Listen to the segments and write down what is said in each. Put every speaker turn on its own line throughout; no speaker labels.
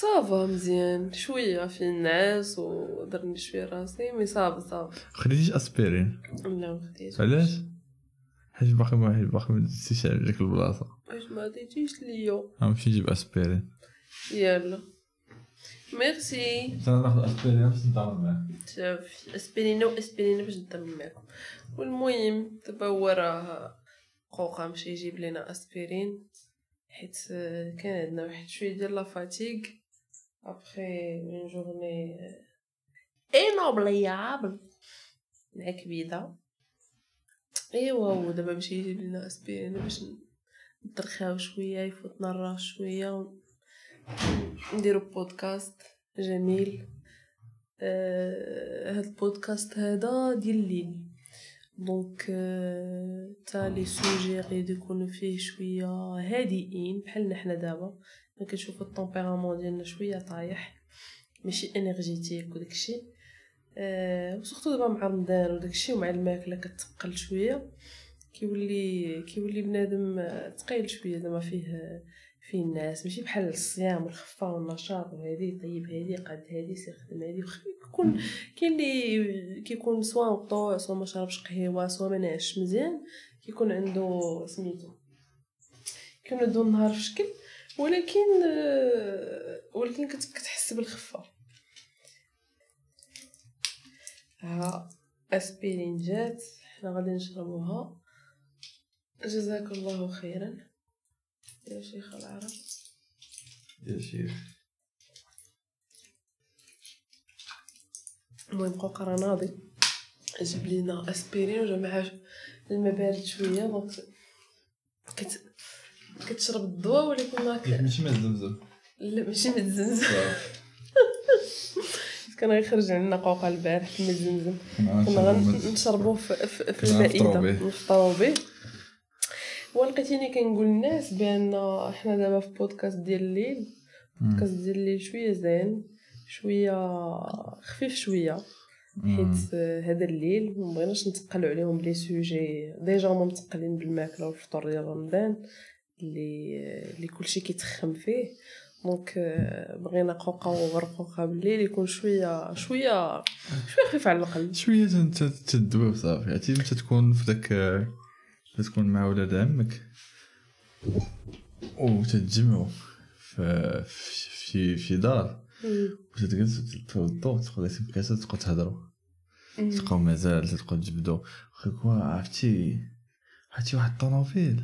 صافا مزيان شويه في النعاس وضرني شويه راسي مي صافا صافا
خديتيش اسبيرين
لا ما خديتش
علاش؟ حيت باقي ما باقي ما دزتيش على ديك البلاصه
واش ما عطيتيش ليا
غنمشي نجيب اسبيرين
يلا ميرسي
حتى ناخذ اسبيرين باش نتعامل معاك
صافي اسبرينا واسبرينا باش نضمن معكم والمهم دابا هو راه قوقا مشى يجيب لينا اسبرين حيت آه، كان عندنا واحد شويه ديال لا فاتيغ ابخي اون جورني انوبليابل مع كبيده ايوا هو دابا مشى يجيب لينا اسبرين باش نترخاو شويه يفوتنا الراس شويه ون- نديرو بودكاست جميل آه، هاد البودكاست هذا ديال الليل دونك آه، تا لي سوجي غادي يكونوا فيه شويه هادئين بحالنا حنا دابا ما كنشوفوا التمبيرامون ديالنا شويه طايح ماشي انرجيتيك وداكشي آه، وسورتو دابا مع رمضان وداكشي ومع الماكله كتقل شويه كيولي كيولي بنادم آه، ثقيل شويه زعما فيه آه، فيه الناس ماشي بحال الصيام والخفه والنشاط وهذه طيب هذه قاد هذه سير خدم هذه كيكون كاين اللي كيكون سوا مقطوع سوا ما شربش قهيوه سوا ما نعش مزيان كيكون عنده سميتو كيكون عنده النهار في شكل ولكن آه، ولكن كت- كتحس بالخفه ها اسبيرين جات حنا غادي نشربوها جزاك الله خيرا يا شيخ العرب
يا شيخ
المهم قوقا راه ناضي جاب لينا اسبيرين وجا معاه الماء بارد شويه دونك كت... كتشرب الضوا ولكن ما ك...
يعني ماشي من الزمزم
لا ماشي من الزمزم كان غيخرج عندنا قوقا البارح من الزمزم كنا غنشربوه في, في, في
كنا
المائدة
غنفطرو به.
نفطرو به ولقيتيني كنقول للناس بان احنا دابا في بودكاست ديال الليل بودكاست ديال الليل شويه زين شويه خفيف شويه حيت آه، هذا الليل ما بغيناش نتقلوا عليهم لي سوجي ديجا هما متقلين بالماكله والفطور ديال رمضان اللي اللي كلشي كيتخم فيه دونك آه، بغينا قوقا وغرقوقا بالليل يكون شويه شويه شويه خفيف على القلب
شويه تنت- تدوي وصافي عرفتي ملي تكون في داك ملي تكون مع ولاد عمك او تتجمعوا في في- في في دار وتتجلسوا تتوضوا تقعدوا تسمعوا كاسه تبقاو تهضروا تلقاو مازال تبقاو تجبدوا اخي كوا عرفتي عرفتي واحد الطوموبيل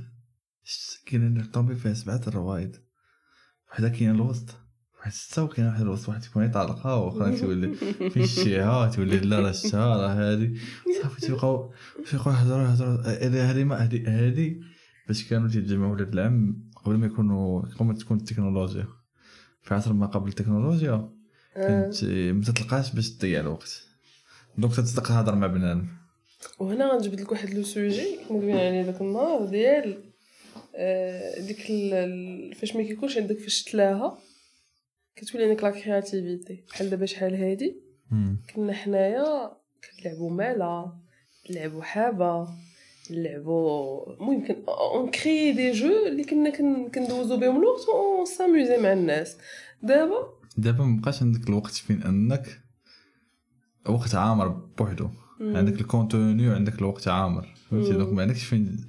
شت- كاين عندك الطوموبيل فيها سبعه الروايد وحده كاين الوسط واحد سته وكاين واحد الوسط واحد تكون طالقه واخرى تولي فين شتيها تولي لا راه شتها راه هادي صافي تيبقاو تيبقاو يهضروا يهضروا هادي هادي ما هادي هادي باش كانوا تيتجمعوا ولاد العم قبل ما يكونوا قبل ما تكون التكنولوجيا في عصر ما قبل التكنولوجيا
آه،
كنت ما تتلقاش باش تضيع الوقت دونك تتصدق تهضر مع بنادم
وهنا غنجبد لك واحد لو سوجي كنا دوينا عليه داك النهار ديال آه، ديك ال- ال- فاش ما كيكونش عندك فاش تلاها كتولي عندك لا كرياتيفيتي بحال دابا شحال هادي كنا حنايا كنلعبوا مالا نلعبوا حابه نلعبوا المهم كن اون كري دي جو اللي كنا كن- كندوزو بهم الوقت اون ساموزي مع الناس دابا
دابا مابقاش عندك الوقت فين انك وقت عامر بوحدو
مم.
عندك الكونتوني وعندك الوقت عامر فهمتي
مم.
دونك ما عندكش فين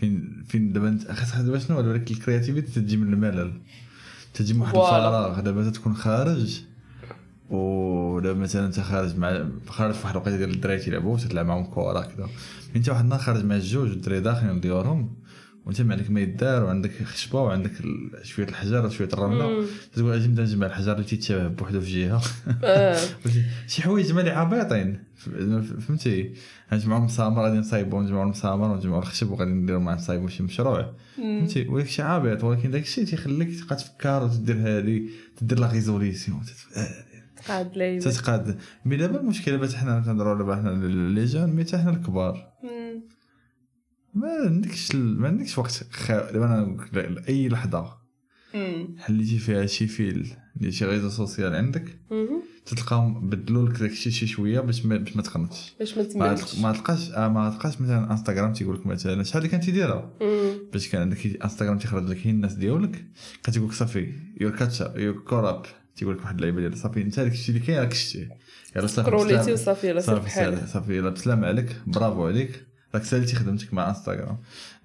فين فين دابا انت خاصك دابا شنو ولكن الكرياتيفيتي تجي من الملل تجي من واحد
Voilà.
الفراغ دابا تكون خارج ودابا مثلا انت خارج مع خارج في واحد الوقيته ديال الدراري تيلعبوا تتلعب معاهم كره كذا ملي انت واحد النهار خارج مع الجوج الدراري داخلين لديورهم وانت ما عندك ما يدار وعندك خشبه وعندك ال- شويه الحجر وشويه الرمله
مم.
تقول اجي نبدا نجمع الحجر اللي تيتشابه بوحدو في جهه
آه.
شي حوايج مالي عبيطين ف- فهمتي نجمعو مسامر غادي نصايبو نجمعو المسامر ونجمعو الخشب وغادي نديرو معاه نصايبو شي مشروع
مم.
فهمتي ولكن شي عابط ولكن داك الشيء تيخليك تبقى تفكر وتدير هادي تدير لا ريزوليسيون آه،
قاعد لعيبه
تتقاد مي دابا المشكله بات حنا كنهضروا دابا حنا لي جون مي حتى حنا الكبار
مم.
ما عندكش ال- ما عندكش وقت خا... دابا انا نقول لك اي لحظه
مم.
حليتي فيها شي فيل ديال شي ريزو سوسيال عندك
مهم.
تلقاهم بدلوا لك داكشي شي شويه باش ما باش ما تقنطش
باش ما
ما
تملش
تلق- ما تلقاش آه ما تلقاش مثلا انستغرام تيقول لك مثلا شحال اللي كنتي دايره
مم.
باش كان عندك انستغرام تيخرج لك هي الناس ديالك كتقول لك صافي يور كاتشا يور كوراب تيقول لك واحد اللعيبه ديال صافي انت هذاك الشيء اللي كاين راك شتيه يلاه صافي
كروليتي
بسلام.
وصافي لا سير
صافي
بحالها
صافي- صافي يلا بسلام عليك برافو عليك راك سالتي خدمتك مع انستغرام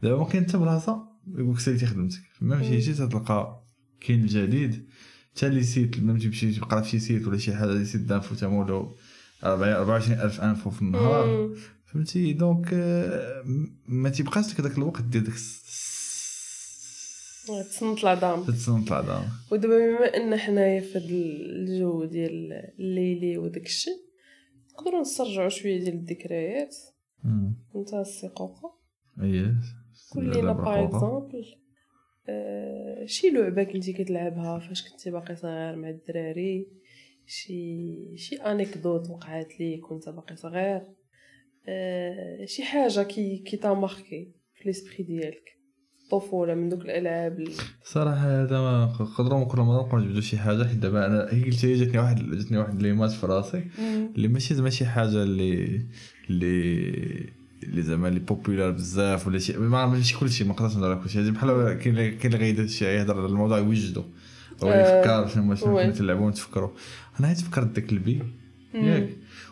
دابا ما كاين حتى بلاصه يقول لك سالتي خدمتك فما مشيتي تتلقى كاين الجديد حتى لي سيت ما تمشي تقرا في شي سيت ولا شي حاجه لي سيت دانفو تمولو 24 الف انفو في النهار
مم.
فهمتي دونك آه، م- ما تيبقاش لك داك الوقت ديال داك الس-
تصنت لا دام
تتصنت العظام
ودابا بما ان حنايا في هاد الجو ديال الليلي وداك الشيء نقدروا نسترجعوا شويه ديال الذكريات
أمم.
نتاع السقوقه
اييه
كلنا
لعبة
باغ
رقوقة.
اكزومبل آه، شي لعبه كنتي كتلعبها فاش كنتي باقي صغير مع الدراري شي شي انكدوت وقعات ليك وانت باقي صغير آه، شي حاجه كي كي تا ماركي في ليسبري ديالك الطفوله من دوك الالعاب ال-
صراحة هذا ما قدروا كل مرة نبقاو نجبدوا شي حاجة حيت دابا أنا هي قلت لي جاتني واحد جاتني واحد ليماج في راسي اللي ماشي زعما شي حاجة اللي اللي اللي زعما اللي بوبولار بزاف ولا شي ما عرف- ماشي كلشي ما نقدرش نهضر على كلشي هادي بحال كاين اللي- كاين اللي غيدير شي يهضر على الموضوع يوجدو هو
آه،
يفكر شنو شنو
وي.
كنا تلعبوا ونتفكروا أنا عاد فكرت داك البي
مم.
ياك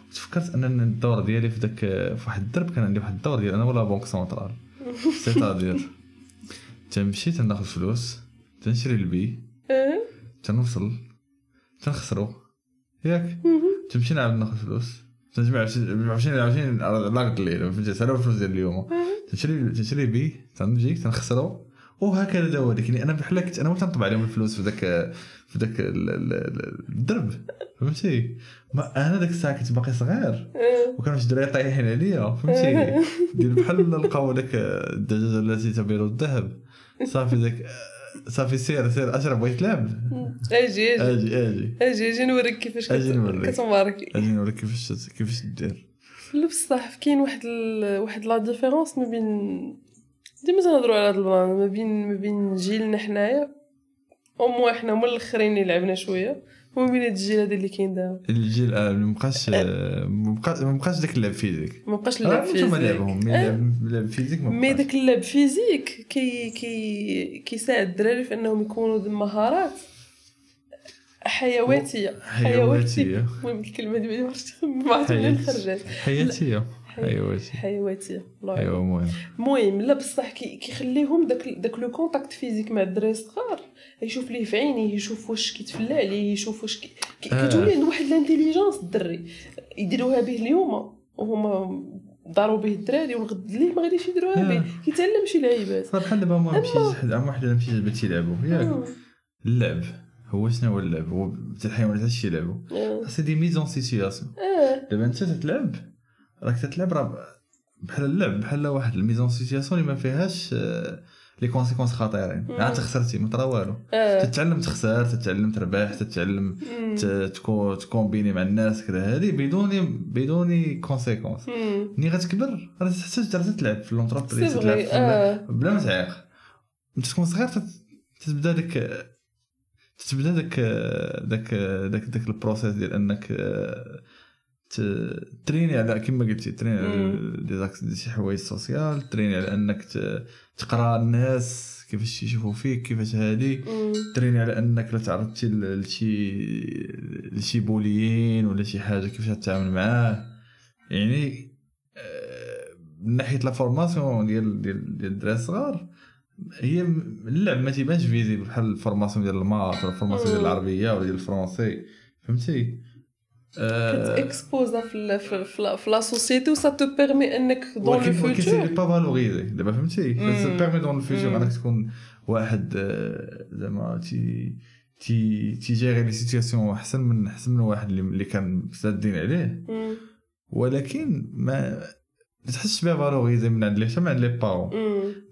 وتفكرت ان الدور ديالي في داك في واحد الدرب كان عندي واحد الدور ديال انا ولا بونك سونترال سيتادير تمشي تناخذ فلوس تنشري البي
آه،
تنوصل تنخسرو ياك
مهم.
تمشي نعاود ناخذ فلوس تنجمع عشرين- عشرين عشرين لاغد الليل فهمتي سالو الفلوس ديال اليوم تنشري تنشري بي تنجي تنخسرو وهكذا دوالك يعني انا بحال كنت انا وتنطبع عليهم الفلوس في ذاك في ذاك ال- ال- ال- الدرب فهمتي ما انا ذاك الساعه كنت باقي صغير
آه،
وكانوا شي الدراري طايحين عليا فهمتي دير بحال لقاو داك الدجاجه التي تبيض الذهب صافي داك صافي سير سير اشرف بغيت تلعب
اجي
اجي
اجي
اجي
اجي اجي نوريك كيفاش
أجي
كت-
نوريك.
كتماركي
اجي نوريك كيفاش كيفاش دير
لا بصح كاين واحد ال... واحد لا ديفيرونس ما بين ديما تنهضروا على هاد البلان ما بين ما بين جيلنا حنايا اوموا حنا هما الاخرين اللي لعبنا شويه وما بين هاد الجيل هذا اللي كاين دابا
الجيل آه، مابقاش آه، مابقاش مابقاش داك اللعب فيزيك
ما بقاش اللعب
راه انتم لعبهم مي
فيزيك أه، آه.
لعب- لعب فيزيك
مي
مابقاش
داك اللعب فيزيك كي كي كيساعد الدراري في انهم يكونوا ذم مهارات حيواتيه
حيواتيه
المهم الكلمه دي ما عرفتش ما عرفت منين
حيوات-
خرجت
حياتيه حيواتيه
حيواتيه الله يعين.
ايوا أيوة، المهم
المهم لا بصح كي كيخليهم داك داك لو كونتاكت فيزيك مع الدراري الصغار يشوف ليه في عينيه يشوف واش كيتفلى عليه يشوف واش كي... كي-
آه.
كتولي عنده واحد الانتيليجونس الدري يديروها به اليوم وهما داروا به الدراري والغد ليه ما غاديش يديروها
آه.
به كيتعلم شي لعيبات
صار بحال دابا ما
أيوة.
مشيت عام واحد انا مشيت جبت يلعبوا ياك
آه.
اللعب هو شنو هو اللعب هو حتى الحيوانات هادشي يلعبوا
آه.
سي دي ميزون سيتياسيون
اه
دابا انت تتلعب راك تتلعب راه بحال اللعب بحال واحد الميزون سيتياسيون اللي ما فيهاش آه، لي كونسيكونس خطيرين
مم.
عاد خسرتي ما طرا والو
اه
تتعلم تخسر تتعلم تربح تتعلم ت- تكو- تكومبيني مع الناس كذا هذه بدون بدون كونسيكونس
مم.
ملي غتكبر راه تحتاج ترى تلعب في
سي
لونتربريز تلعب
فغي
في ال-
اه
بلا ما تعيق انت تكون صغير تت- تتبدا داك تتبدا داك داك داك داك البروسيس ديال انك آه، ت- تريني على كما قلتي تريني على
مم.
دي زاكس دي شي حوايج سوسيال تريني على انك ت- تقرا الناس كيفاش يشوفوا فيك كيفاش هادي
مم.
تريني على انك لا تعرضتي ل- لشي لشي بوليين ولا شي حاجه كيفاش تتعامل معاه يعني آه، من ناحيه لا فورماسيون ديال ديال ديال الدراري الصغار هي م- اللعب ما تيبانش فيزي بحال الفورماسيون ديال الماط ولا الفورماسيون ديال
مم.
العربيه ولا ديال الفرنسي فهمتي آه،
كتاكسبوزا في ال- في- في لا- في لا سوسيتي وسا تو بيرمي انك دون لو
ولكن ولكن سي
فيوتور
با فالوريزي دابا فهمتي
مم.
سي بيرمي دون
مم.
الفيوتور انك تكون واحد آه، زعما تي تي تيجيري لي سيتياسيون احسن من احسن من واحد اللي- اللي كان سادين عليه ولكن ما ما تحسش بها فالوريزي من عند لي حتى من عند لي بارون
Hmm.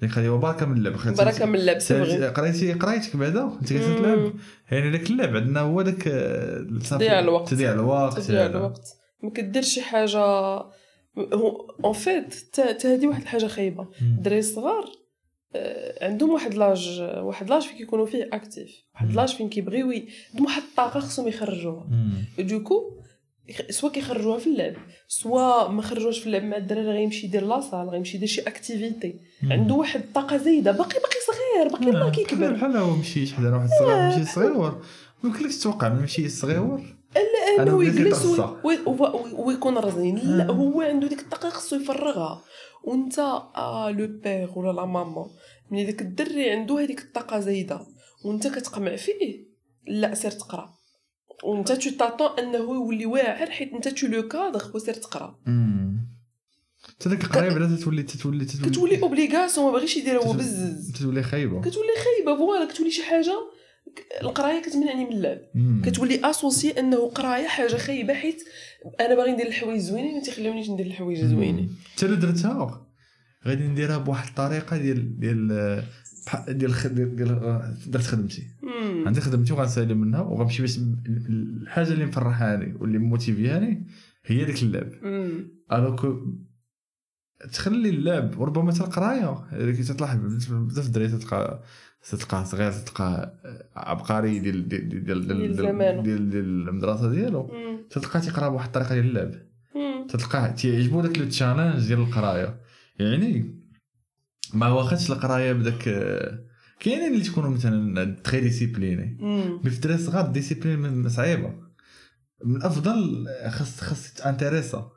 اللي خليو بركه من اللعب خليتي-
بركه من اللعب سي فغي
سالتي- قريتي قرايتك بعدا انت كنت
مم.
تلعب يعني داك اللعب عندنا هو داك آه، صافي
تضييع الوقت.
تضييع الوقت
تضيع
هذا.
الوقت ما كديرش شي حاجه هو اون فيت حتى هادي واحد الحاجه خايبه
مم.
الدراري الصغار آه، عندهم واحد لاج واحد لاج فين كيكونوا فيه اكتيف واحد
مم.
لاج فين كيبغيو ي- عندهم واحد الطاقه خصهم يخرجوها
مم.
دوكو يخ- سوا كيخرجوها في اللعب سوا ما خرجوهاش في اللعب مع الدراري غيمشي يدير لاصال غيمشي يدير شي اكتيفيتي
Hmm.
عنده واحد الطاقه زايده باقي باقي صغير باقي
آه،
الله
بحال-
كيكبر
بحال هو مشي شحال واحد الصغير مشي صغيور يمكنلكش تتوقع من مشي صغيور
لا انه
بديت
يجلس وي-
نتعصب.
وي- وي- وي- ويكون رزين لا
آه.
هو عنده ديك الطاقه خصو يفرغها وانت آه لو بير ولا لا ماما ملي داك الدري عنده هذيك الطاقه زايده وانت كتقمع فيه لا سير تقرا وانت تو تاتون انه يولي واعر حيت انت تو لو كادر وسير تقرا
حتى ديك القرايب تتولي تتولي تتولي
كتولي اوبليغاسيون ما بغيش يديرها هو
تت-
بزز
تتولي خايبه
كتولي خايبه فوالا كتولي شي حاجه ك- القرايه كتمنعني من اللعب
مم.
كتولي اسوسي انه قرايه حاجه خايبه حيت انا باغي ندير الحوايج زوينين ما تيخلونيش ندير الحوايج زوينين
حتى لو درتها غادي نديرها بواحد الطريقه ديال ديال بح- ديال خ- ديال ديال- درت خدمتي
مم.
عندي خدمتي وغنسالي منها وغنمشي باش م- الحاجه اللي مفرحاني واللي موتيفياني هي ديك اللعب
مم.
الوغ تخلي اللعب وربما حتى القرايه اللي تلاحظ بزاف الدراري تلقى تلقاه صغير تلقى عبقري ديال ديال ديال ديال-
ديال
ديال-
زمانه.
ديال ديال المدرسه ديالو
مم.
تلقاه تيقرا بواحد الطريقه ديال اللعب
مم.
تلقاه تيعجبو داك لو تشالنج ديال القرايه يعني ما واخدش القرايه بداك آه، كاينين اللي تكونوا مثلا تري ديسيبليني
مم.
مي في الدراري الصغار الديسيبلين من- صعيبه من الافضل خاص خاص تانتيريسا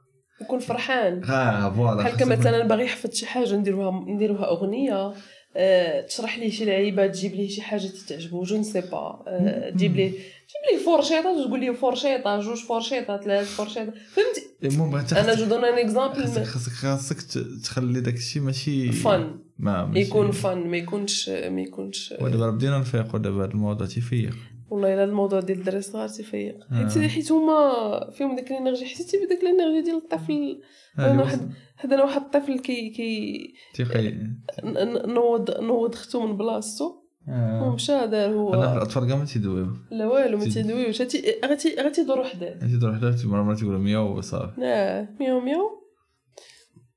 نكون فرحان
اه فوالا
بحال
خاصك-
كان مثلا باغي يحفظ شي حاجه نديروها نديروها اغنيه آه، تشرح ليه شي لعيبه تجيب ليه شي حاجه تتعجبو جو نسي با آه، تجيب ليه تجيب ليه فورشيطه تقول ليه فورشيطه جوج فورشيطه ثلاث فورشيطه فهمتي
المهم انت
انا
خاصك-
جو دون ان
خاصك
اكزامبل
خاصك خاصك ت- تخلي داك الشيء ماشي
فن
ما ماشي-
يكون فن ما يكونش ما يكونش
ودابا بدينا نفيقوا دابا هاد الموضوع تيفيق
والله الا الموضوع ديال الدراري الصغار تيفيق
آه.
حيت حيت هما فيهم ديك الانرجي حسيتي بديك الانرجي ديال الطفل
هادي
أنا
وصل-
هذا انا واحد الطفل كي كي
تيقي
ن- ن- نوض نوض ختو من بلاصتو
آه.
ومشى دار
انا في
هو
الاطفال كاع ما تيدويو
لا والو ما
تي-
تيدويوش غتي غتي غتي دور وحده
انت تروح لها تمر مرة تقول مياو وصافي
لا ميو ميو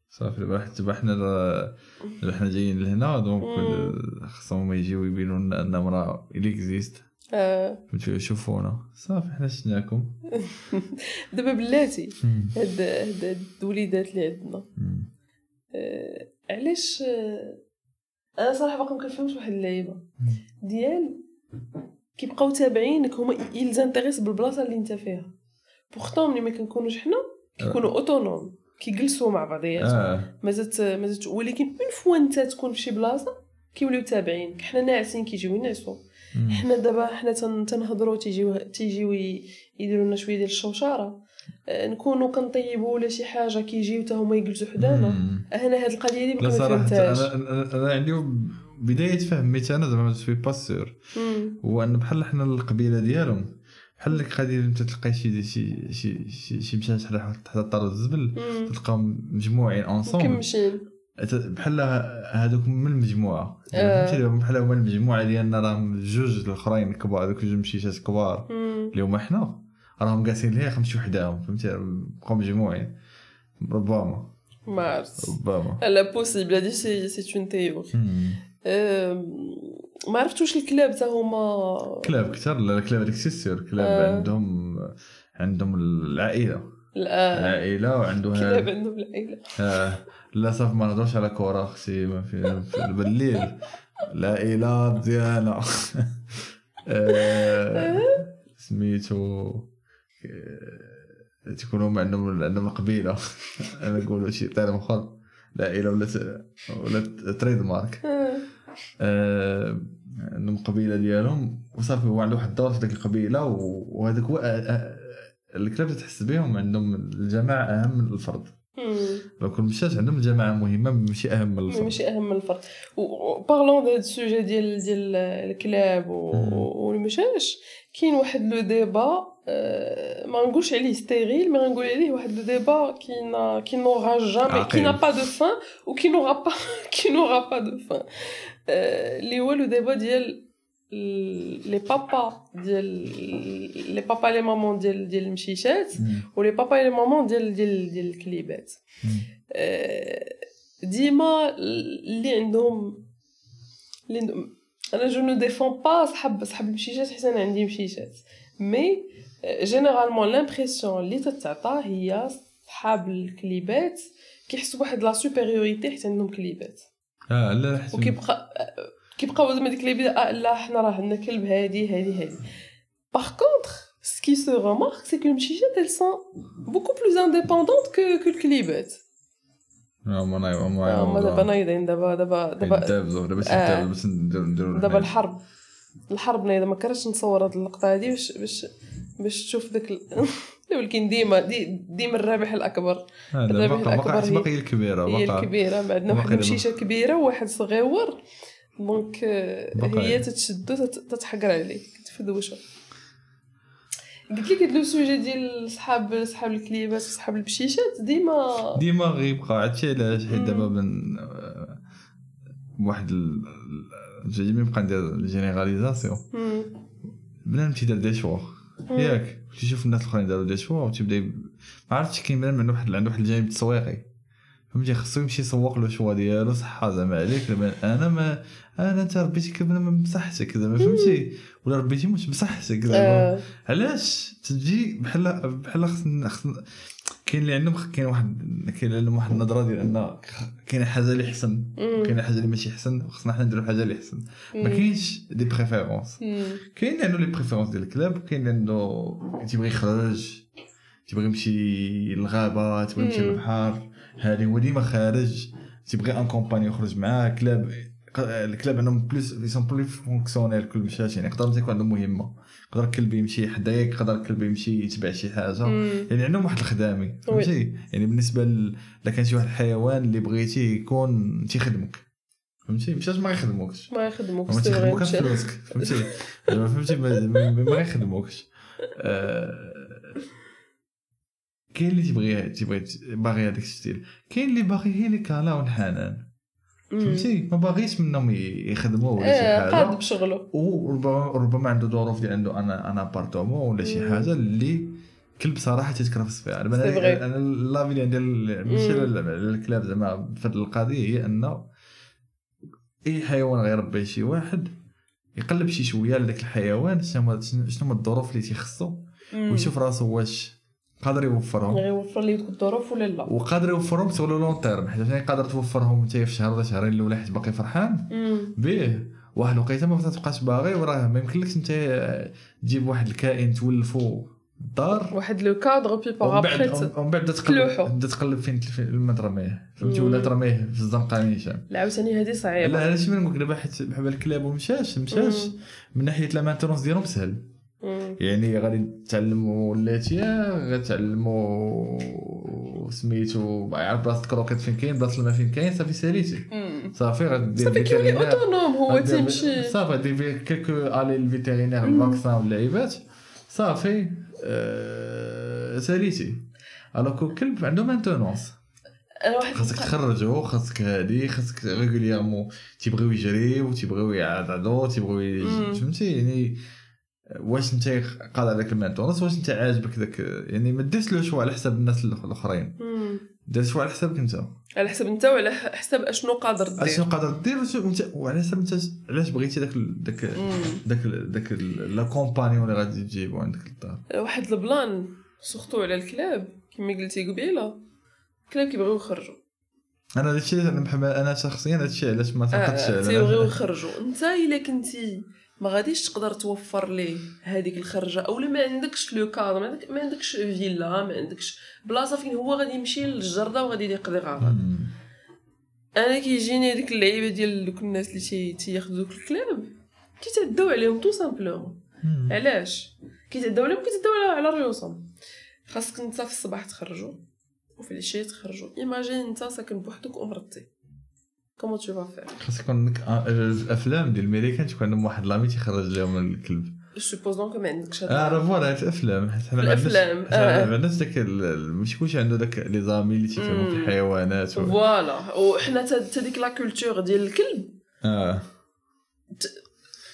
صافي دابا حنا- دابا حنا دابا حنا جايين لهنا دونك
مم.
آه، خصهم هما يجيو يبينوا لنا ان امراه اليكزيست
آه.
يشوفونا صافي حنا شفناكم
دابا بلاتي هاد هاد هاد الوليدات اللي عندنا
مم.
آه، علاش آه، انا صراحه باقي ما كنفهمش واحد اللعيبه ديال كيبقاو تابعينك هما يلز انتريس بالبلاصه اللي انت فيها بوغتون ملي ما كنكونوش حنا كيكونوا
آه.
اوتونوم كيجلسوا مع بعضياتهم
اه
ما زت ما زت ولكن اون فوا انت تكون في شي بلاصه كيوليو تابعينك حنا ناعسين كيجيو ينعسوا
مم.
حنا دابا حنا تن- تنهضروا تيجيو تيجيو ي- يديروا لنا شويه ديال الشوشره آه، نكونوا كنطيبوا ولا شي حاجه كيجيو حتى هما يجلسوا حدانا
مم.
انا هاد القضيه دي
لا
ما
صراحه
فهمتهاش
انا انا أنا عندي بدايه فهم حيت انا زعما سوي با سور
مم.
هو ان بحال حنا القبيله ديالهم بحال لك غادي انت تلقى شي شي شي شي, شي مشات حدا حدا الطار الزبل
مم.
تلقاهم مجموعين اونسومبل
كنمشي
أت- بحال هذوك من المجموعه
آه.
فهمتي دابا بحال هما المجموعه ديالنا راهم جوج الاخرين كبار هذوك جوج مشيشات كبار
مم.
اللي هما حنا راهم جالسين ليه خمسه وحداهم فهمتي بقاو مجموعين ربما
مارس
ربما
لا بوسيبل هادي سي سي اون تيوري ما عرفت واش الكلاب تا هما
كلاب كثر لا الكلاب هذيك سيسير كلاب
آه.
عندهم عندهم العائله
الان
العائله وعندها
كلاب عندهم العيله
آه، لا صافي ما نهضرش على كره اختي ما في في بالليل العائله مزيانه آه،
أه؟
سميتو آه، تكونوا هما عندهم عندهم القبيله انا نقولوا شي تاع اخر العائله ولا ت- ولا تريد مارك
آه.
آه، عندهم قبيله ديالهم وصافي هو عنده واحد الدور في ديك القبيله و- وهذاك هو آه، آه، الكلاب تحس بهم عندهم الجماعه اهم من الفرد
مم.
لو كون مشات عندهم الجماعه مهمه ماشي اهم من
مي
الفرد
ماشي اهم من الفرد وبارلون هاد السوجي ديال ديال الكلاب و-
مم.
والمشاش كاين واحد لو ديبا آه، ما نقولش عليه ستيريل مي غنقول عليه واحد لو ديبا كي نا كي نورا جامي كي
عقيم.
نا با دو فان وكي نورا با كي نورا با دو فان آه، اللي هو لو ديبا ديال ال- لي بابا ديال لي بابا لي مامون ديال ديال المشيشات
مم.
ولي بابا لي مامون ديال ديال ديال الكليبات
مم.
آه، ديما اللي عندهم لان انا جو نو ديفون با صحاب صحاب المشيشات حيت انا عندي مشيشات مي جينيرالمون لامبريسيون اللي تتعطى هي صحاب الكليبات كيحسوا بواحد لا سوبيريوريتي حيت عندهم كليبات
اه لا حسن.
وكيبقى كيبقاو زعما ديك البدا آه لا حنا راه عندنا كلب هادي هادي هادي باغ كونطخ ce qui se remarque c'est que les mchichettes elles sont beaucoup plus indépendantes que que le klibat
اه ما نايض ما
آه، ما دابا
نايض
نايضين دابا دابا دابا
دابا دابا
آه.
دابا باش نديرو نديرو
دابا الحرب الحرب نايضه ما كرهتش نصور هاد اللقطه هادي باش باش باش تشوف داك ال... ولكن ديما دي- ديما الرابح الاكبر
آه، لا،
الربح
باقا
الأكبر
باقا
هي-
باقي هي الكبيره
هي
باقا
الكبيره ما عندنا واحد
باقي-
المشيشه كبيره وواحد صغيور دونك آه،
باقي.
هي تتشدو تت- تتحقر عليك تفدوشو قلت لك هاد لو سوجي ديال صحاب صحاب الكليبات وصحاب البشيشات ديما
ديما غيبقى عرفتي علاش حيت
مم.
دابا من آه، واحد ال- ال- جاي يبقى ندير جينيراليزاسيون
مم.
بنادم تيدير دي شوا
مم.
ياك تيشوف الناس الاخرين داروا دي شوا وتيبدا يب- ما عرفتش كاين بنادم عنده واحد عنده واحد الجانب التسويقي فهمتي خصو يمشي يسوق له شوا ديالو صحه زعما عليك زعما انا ما انا انت ربيتك بلا ما بصحتك زعما فهمتي ولا ربيتي مش بصحتك زعما
آه،
علاش تجي بحال بحال خصنا خصنا كاين اللي عندهم خ- كاين واحد كاين عندهم واحد النظره ديال ان خ- كاين حاجه اللي حسن
مم.
كاين حاجه اللي ماشي حسن خصنا حنا نديرو الحاجه اللي حسن ما
مم.
كاينش دي بريفيرونس
مم.
كاين اللي عنده لي بريفيرونس ديال الكلاب وكاين اللي عنده تيبغي يخرج تيبغي يمشي للغابه تيبغي يمشي
مم.
للبحر هذه هو ديما خارج تيبغي ان كومباني يخرج معاه كلاب الكلاب عندهم بلوس لي سون بلوس فونكسيونيل كل مشات يعني يقدر تكون عندهم مهمه يقدر الكلب يمشي حداك يقدر الكلب يمشي يتبع شي حاجه
مم.
يعني عندهم واحد الخدامي فهمتي يعني بالنسبه ل- الا كان شي واحد الحيوان اللي بغيتي يكون تيخدمك فهمتي مشات ما يخدموكش
ما يخدموك
ما
سي فري،
تيخدموك
مشا-
فلوسك فهمتي زعما فهمتي ما ما- ما يخدموكش آه، كاين اللي تيبغي تيبغي باغي هذاك الستيل كاين اللي باغي هي لي كالا والحنان
مم.
فهمتي ما باغيش منهم ي- يخدموه ولا
آه،
شي
قاد
حاجه
بشغله
وربما ربما عنده ظروف ديال عنده انا انا ابارتومون ولا شي
مم.
حاجه اللي كلب صراحه تيتكرفس فيها دابا
سي فغي.
انا انا لافي اللي عندي ال- ماشي
مم.
على ال- على الكلاب زعما في هاد القضيه هي انه اي حيوان غيربيه شي واحد يقلب شي شويه لذاك الحيوان شنو هما- شنو شنو هما الظروف اللي تيخصو
مم.
ويشوف راسو واش قادر يوفرهم
غيوفر لي الظروف ولا لا
وقادر يوفرهم سو لون تيرم حيت عشان قادر توفرهم انت في شهر ولا شهرين الاولى حيت باقي فرحان
مم.
بيه واحد الوقيته ما تبقاش باغي وراه ما يمكنلكش انت تجيب واحد الكائن تولفو الدار
واحد لو كادر بي باغ
ومن بعد
ابخي
ومن بعد بدات
تلوحو.
تقلب تبدا تقلب فين فين ما ترميه فهمتي
مم.
ولا ترميه في الزنقه نيشان
عاوتاني هادي صعيبه
لا علاش ما نقولك دابا حيت بحال الكلاب ومشاش مشاش
مم.
من ناحيه لا مانتونس ديالهم سهل
مم.
يعني غادي تعلموا اللاتيه غتعلموا سميتو عارف بلاصه الكروكيت فين كاين بلاصه الماء فين كاين صافي ساليتي
مم.
صافي غدير
صافي كيولي
فيتيرينير.
اوتونوم هو
غادي يعمل-
تيمشي
صافي دير كيلكو الي الفيتيرينير
مم.
الفاكسان واللعيبات صافي آه، ساليتي الوغ كو الكلب عنده مانتونونس
انا واحد
خاصك تخرجو خاصك هادي خاصك ريغوليامون تيبغيو يجريو تيبغيو يعضعضو تيبغيو ي-
مم.
فهمتي يعني واش انت قاد عليك المانتونس واش انت عاجبك داك يعني ما ديرش لو شوا على حساب الناس الأخ- الاخرين
مم.
دير شوا على حسابك انت
على حسب انت وعلى ح- حسب اشنو قادر دير
اشنو قادر دير وشو- وانت- وعلى حساب انت علاش بغيتي داك ال- داك
مم.
داك ال- داك ال- لا كومبانيون اللي غادي تجيبو عندك للدار
واحد البلان سورتو على الكلاب كما قلتي قبيله الكلاب كيبغيو يخرجوا
انا هادشي اللي انا محمد انا شخصيا هادشي علاش
آه،
ما تعقدش على-
تيبغيو يخرجوا انت الا كنتي ما غاديش تقدر توفر ليه هذيك الخرجه اولا ما عندكش لو كادر ما, عندك ما عندكش فيلا ما عندكش بلاصه فين هو غادي يمشي للجرده وغادي يقضي غرض
مم.
انا كيجيني هذيك اللعيبه ديال دوك الناس اللي تي- تياخذوا دوك الكلاب كيتعداو عليهم تو سامبلومون
مم.
علاش كيتعداو عليهم كيتعداو على- على ريوسهم خاصك انت في الصباح تخرجوا وفي العشيه تخرجوا ايماجين انت ساكن بوحدك ومرضتي كومون تو فا فير
خاص يكون عندك آه، الافلام ديال الميريكان تكون عندهم واحد لامي تيخرج لهم الكلب
سوبوز دونك ما عندكش هاد
اه راه فوالا هاد الافلام حيت حنا ما عندناش-
آه. الأفلام،
حيت حنا
آه.
ما عندناش داك ال- ال- ماشي كلشي عنده داك لي زامي اللي تيفهموا في
مم.
الحيوانات و...
فوالا وحنا تا تا ديك لا كولتور ديال الكلب
اه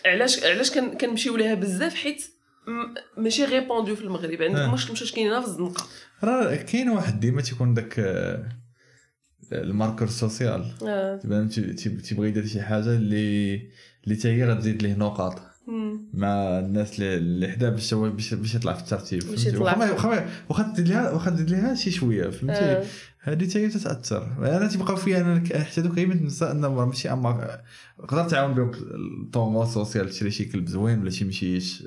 علاش علاش كن- كنمشيو ليها بزاف حيت م- ماشي غيبوندو في المغرب عندك
آه.
مشكل مشاش كاينه في الزنقه
راه كاين واحد ديما تيكون داك آه، الماركر سوسيال
آه.
تبان تي- تي- تيبغي يدير شي حاجه اللي اللي حتى هي غتزيد ليه نقاط
مم.
مع الناس اللي- اللي حدا باش هو باش باش يطلع في الترتيب
باش
فهمتي؟
يطلع.
واخا ما- واخا ما- واخا تزيد لها واخا تزيد لها شي شويه فهمتي
آه.
هذه حتى هي تتاثر انا تيبقى فيا انا ك- حتى دوك غير ننسى ان راه ماشي اما تقدر تعاون بهم الطومو سوسيال تشري شي كلب زوين ولا شي مشيش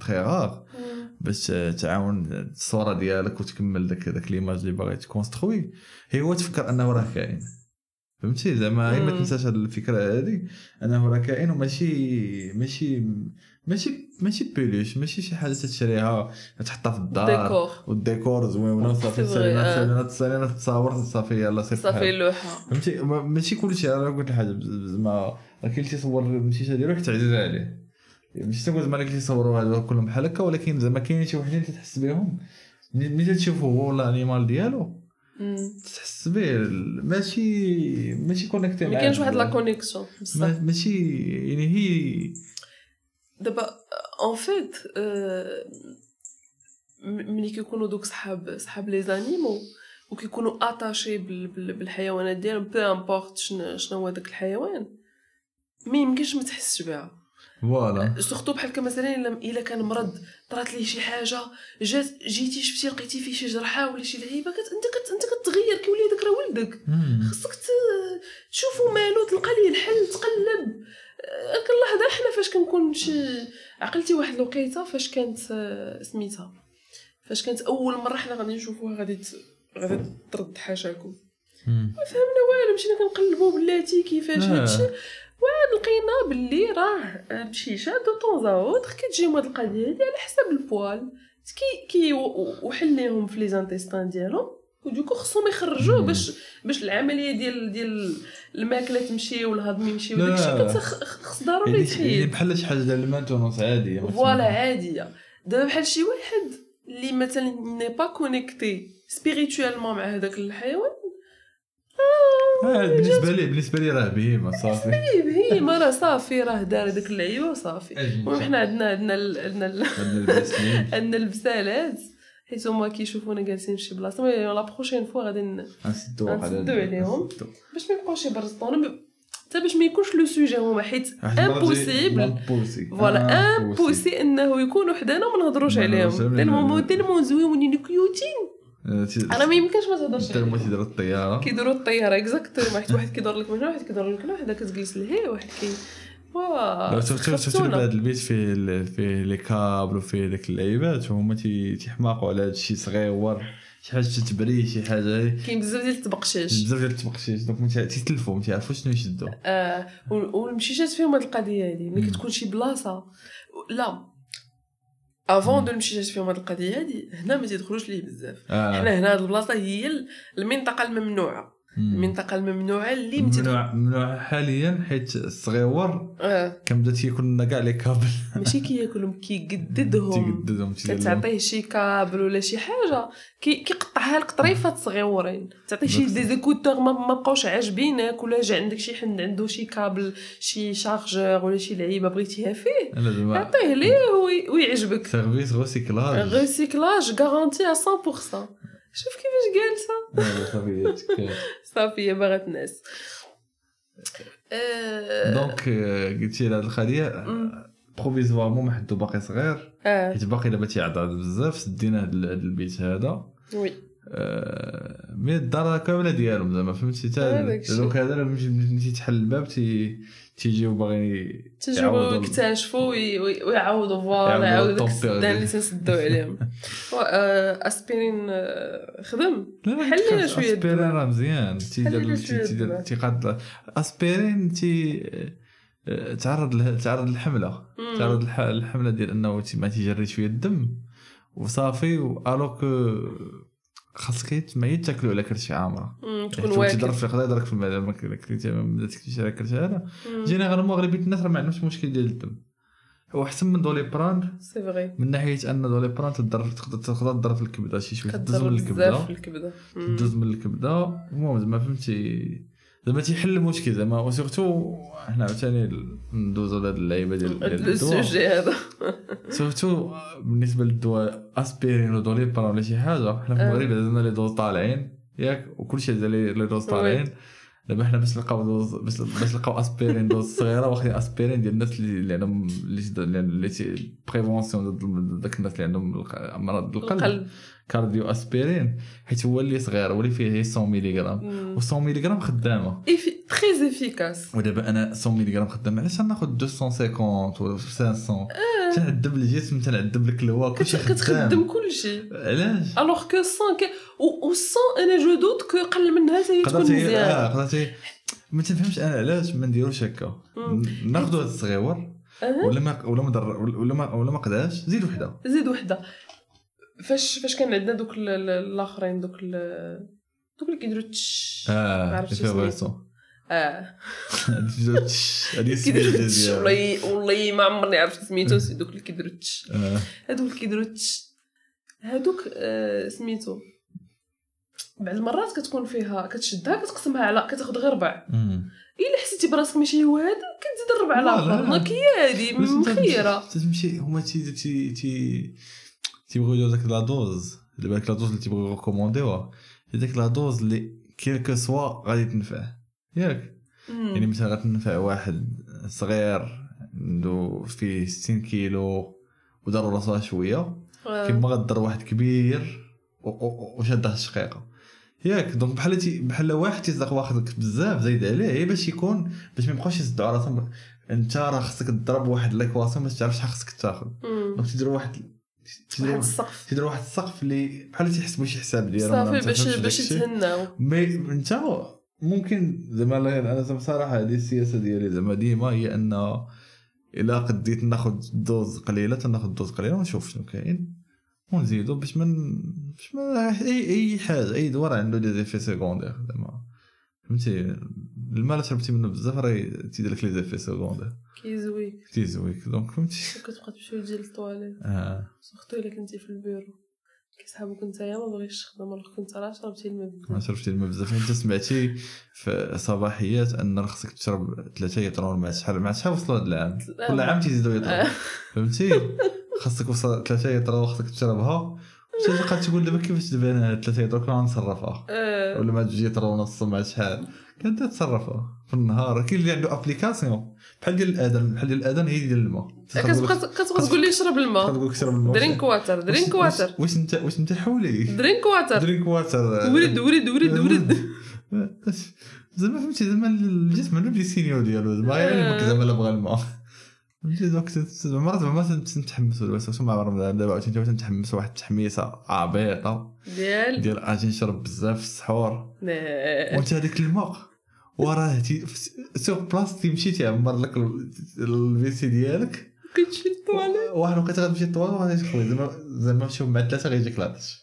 تخي غار
مم.
باش آه، تعاون الصوره ديالك وتكمل داك داك ليماج اللي باغي تكونستخوي هي هو تفكر انه راه كائن فهمتي زعما غير ما
مم.
تنساش هاد الفكره هذه انه راه كائن وماشي ماشي ماشي ماشي بيلوش ماشي شي حاجه تشريها تحطها في الدار
ديكور
والديكور زوينه وصافي
سي فري،
سالينا
آه.
سالينا سالينا تتصاور صافي يلا سير
صافي
فحال.
اللوحه
فهمتي ما- ماشي كلشي انا قلت الحاجه بز- زعما راه كاين اللي تيصور المشيشه ديالو حتى عزيز عليه ماشي تنقول زعما اللي تيصوروا هادو كلهم بحال هكا ولكن زعما كاين شي وحدين تتحس بهم ملي ملي تشوفه هو ولا الانيمال ديالو
مم.
تحس به ال- ماشي ماشي كونيكتي
ما كاينش واحد لا كونيكسيون بصح
ما- ماشي يعني هي
دابا اون فيت euh, ملي كيكونوا دوك صحاب صحاب لي زانيمو وكيكونوا اتاشي بال- بال- بالحيوانات ديالهم بو امبورت شنو شنو هو داك الحيوان ما يمكنش ما تحسش بها
فوالا
سورتو بحال كا مثلا الا الا كان مرض طرات ليه شي حاجه جات جيتي شفتي لقيتي فيه شي جرحه ولا شي لعيبه كت... انت كت... انت كتغير كيولي هذاك راه ولدك
مم.
خصك ت... تشوفو مالو تلقى ليه الحل تقلب آه، هاك اللحظه حنا فاش كنكون شي عقلتي واحد الوقيته فاش كانت آه، سميتها فاش كانت اول مره حنا غادي نشوفوها غادي ت... غادي ترد حاشاكم
مم.
ما فهمنا والو مشينا كنقلبو بلاتي كيفاش
آه.
هادشي لقينا باللي راه مشيشه دو طون زاوتر كتجيهم هاد القضيه هادي على حساب البوال كي كي وحليهم في لي زانتيستان ديالهم ودوكو خصهم يخرجوه
مم.
باش باش العمليه ديال ديال الماكله تمشي والهضم يمشي
لا،
وداكشي
لا، لا.
كتخ- خص ضروري
يعني يعني
تحيد
بحال شي حاجه ديال المانتونس عاديه ما
فوالا
تسمى.
عاديه دابا بحال شي واحد اللي مثلا ني با كونيكتي سبيريتوالمون مع هذاك الحيوان
آه، بالنسبه لي بالنسبه لي راه بهيمه صافي
إيه، هي هي ما راه صافي راه دار هذاك اللعيبه وصافي
أيوة.
المهم حنا عندنا عندنا ال- عندنا ال- عندنا البسالات حيت هما كيشوفونا جالسين في شي بلاصه مي لا بروشين فوا غادي ن-
غنسدو
غنسدو عليهم. باش ما يبقاوش يبرزطونا حتى باش ما يكونش لو سوجي هما حيت
آه،
امبوسيبل فوالا امبوسي انه يكونوا حدانا وما نهضروش
ما نهضروش
عليهم
عليهم.
تالمون هما تالمون زويونين كيوتين
Ah,
راه ما يمكنش ما تهضرش
حتى لما
عليهم
تيدير الطياره
كيديروا الطياره اكزاكتومون حيت واحد كيدور لك من هنا واحد كيدور لك من هنا واحد كتجلس لهي واحد كي
لو
واه
شفتو شفتو
خفتونا.
هذا البيت فيه ال- فيه لي كابل وفيه داك اللعيبات وهما تي- تيحماقوا على هذا الشيء صغيور شي حاجه تتبري شي حاجه
كاين بزاف ديال التبقشيش
بزاف ديال التبقشيش دونك ما تي- تيتلفوا ما تيعرفوش شنو يشدوا
آه وال- والمشيشات فيهم هاد القضيه هادي ملي
مم.
كتكون شي بلاصه لا افون
مم.
دو المشيشات فيهم هاد القضيه هادي هنا ما تيدخلوش ليه بزاف
آه.
حنا هنا هاد البلاصه هي ال- المنطقه الممنوعه
مم.
المنطقه الممنوعه اللي ما تيدخل-
ممنوع ممنوع حاليا حيت الصغيور
آه
كنبدا تياكل لنا كاع لي كابل
ماشي كياكلهم كيقددهم
تيقددهم تيدير لهم.
تعطيه شي كابل ولا شي حاجه كي كيقطعها لك طريفات صغيورين تعطيه شي
بالضبط.
ديزيكوتور ما ما بقاوش عاجبينك ولا جا عندك شي حد عنده شي كابل شي شارجور ولا شي لعيبه بغيتيها فيه
انا زعما
عطيه ليه وي- ويعجبك
سيرفيس غوسيكلاج
الريسيكلاج غارانتي على 100% شوف كيفاش جالسه صافي هي باغا تنعس آه،
دونك آه، قلتي على هاد القضيه
مم.
بروفيزوارمون ما حدو باقي صغير
اه
حيت باقي دابا تيعضعض بزاف سدينا هاد ال- هاد البيت هذا
وي
آه، مي الدار راه كامله ديالهم زعما فهمتي
آه، داكشي.
حتى دوك هذا لما مشي- مشي تحل الباب تي تيجيو باغي
تجربوا
يعوضوا ال-
يكتشفوا وي- وي- ويعاودوا فوالا
يعاودوا
يعاودوا داك
الطومبيغ
السدان
ديال-
اللي تنسدو عليهم و- آه، اسبرين آه، خدم
لا، لا،
حل لنا
كتخاف.
شوية
اسبرين
الدواء.
راه مزيان
حل لنا
تيدير
شوية الدواء.
تيدير تيقاد اسبرين تي آه، تعرض له- تعرض للحمله
مم.
تعرض الح- الحمله ديال انه تي- ما تيجري شويه الدم وصافي الوغ كو خاصك غير ما يتاكلوا على كرشي عامره
مم، تكون
تكون تضرب
واكل
في الخضر يضرب في المعده ما كليتي ما تاكلش على كرشي هذا
مم،
جينيرالمون اغلبيه الناس راه ما عندهمش مشكل ديال الدم واحسن من دوليبران
سي فغي
من ناحيه ان دوليبران تضرب تقدر تقدر تضرب في الكبده شي شويه تدوز
كضر
من
بزاف
الكبده
في الكبده مم.
تدوز من الكبده المهم زعما فهمتي زعما تيحل المشكل زعما وسيرتو حنا عاوتاني ندوزو لهاد اللعيبه ديال ديال الدواء.
السوجي هذا
سورتو بالنسبه للدواء اسبيرين ودوليبر ولا شي حاجه حنا في
آه.
المغرب عندنا لي دوز طالعين ياك وكلشي على لي دوز
وي.
طالعين دابا حنا باش نلقاو دوز باش باش نلقاو اسبيرين دوز صغيره واخدين اسبيرين ديال الناس اللي اللي عندهم اللي اللي تي بريفونسيون ضد داك الناس اللي عندهم الق- امراض القلب
القلب
كارديو اسبيرين حيت هو اللي صغير هو اللي فيه غير 100 ملغرام و 100 ملغرام خدامه
تري افيكاس
ودابا انا 100 ملغرام خدامه علاش ناخذ 250 ولا 500
آه.
تنعذب الجسم تنعذب الكلوه كلشي خدام
كتخدم كلشي
علاش
الوغ كو 100 كي و 100 انا جو دوت كو قل منها حتى هي تكون
قدرتي
مزيان
اه قدرتي ما تنفهمش انا علاش ما نديروش هكا
مم.
ناخذوا هاد الصغيور
أها.
ولا ما ولا ما در ولا ما ولا ما قداش زيد وحده
زيد وحده فاش فاش كان عندنا دوك ال- ال- الاخرين دوك ال- دوك اللي كيديروا تش ما
اه
عرفتش
فيها
اسميتو.
بغيتو
اه
هذه
كيديروا
السبيل
تش والله والله ما عمرني عرفت سميتو سي دوك اللي كيديروا تش
آه.
هادوك اللي كيديروا تش هادوك آه، سميتو بعض المرات كتكون فيها كتشدها كتقسمها على كتاخد غير ربع الا حسيتي براسك ماشي هو هذا كتزيد الربع على
لا،
الاخر
لا.
دونك هي هادي مخيره
تمشي هما تي تي تي تيبغيو يديروا داك لا دوز دابا داك لا دوز اللي تيبغيو يريكومونديوها هي داك لا دوز اللي كيلكو سوا غادي تنفع ياك
مم.
يعني مثلا غتنفع واحد صغير عنده فيه 60 كيلو ودار راسها شويه
آه.
كيما غدر واحد كبير و- و- وشاده الشقيقه ياك دونك بحال تي- بحال واحد تيصدق واخدك بزاف زايد عليه غير باش يكون باش ما يبقاوش يصدعوا على راسهم انت راه خصك تضرب واحد لاكواسيون باش تعرف شحال خصك تاخد
مم.
دونك تيديروا واحد تيديروا واحد-
واحد السقف
تيديروا واحد السقف اللي بحال تيحسبوا شي حساب ديالهم ولا ما
صافي باش
تفهمش
باش
داكشي.
يتهناو
مي انت ممكن زعما لا- انا زعما صراحه هذه السياسه ديالي زعما ديما هي ان الا قديت ناخذ دوز قليله تناخذ دوز قليله ونشوف شنو كاين ونزيدو باش من باش من اي اي حاجه اي دواء راه عنده دي زيفي سيكوندير زعما فهمتي الماء لا شربتي منه بزاف راه تيدير لك لي زيفي سيكوندير
كيزويك
تيزويك دونك فهمتي
كتبقى تمشي وتجي للطواليت
اه
سورتو الا كنتي في البيرو كيسحابوك نتايا ما بغيتش تخدم الوغ كنت راه شربتي الماء
ما شربتي الماء بزاف انت سمعتي في صباحيات ان راه خصك تشرب 3 يطرون مع شحال مع شحال وصلوا هاد العام كل عام تيزيدوا يطرون
آه.
فهمتي خاصك وصل 3 يطرون خاصك تشربها تلقى تقول دابا كيفاش دابا انا 3 يطرون كنا نصرفها
آه.
ولا ما تجي يطرون ونص مع شحال كنت تصرفها في النهار كاين اللي عنده ابليكاسيون بحال ديال الاذان بحال ديال الاذان هي ديال الماء
كتبقى كتبقى تقول لي شرب الماء
تقول لك شرب الماء
درينك واتر درينك
واش-
واتر
واش انت واش انت حولي
درينك واتر
درينك واتر
ورد ورد ورد ورد
زعما فهمتي زعما الجسم عنده دي سينيو ديالو زعما غير يلمك زعما لا بغى الماء فهمتي دونك زعما زعما تنتحمس ولا مع رمضان دابا عاوتاني تنتحمس واحد التحميسه عبيطه
ديال
ديال اجي نشرب بزاف في السحور
لا.
وانت هذاك الماء وراه تي- في- سور بلاص تيمشي تيعمر لك ال- الفيسي ديالك
كتمشي للطواليت
واحد الوقيته غتمشي للطوال وغادي تخوي زعما زعما مشيو مع ثلاثه غيجيك العطش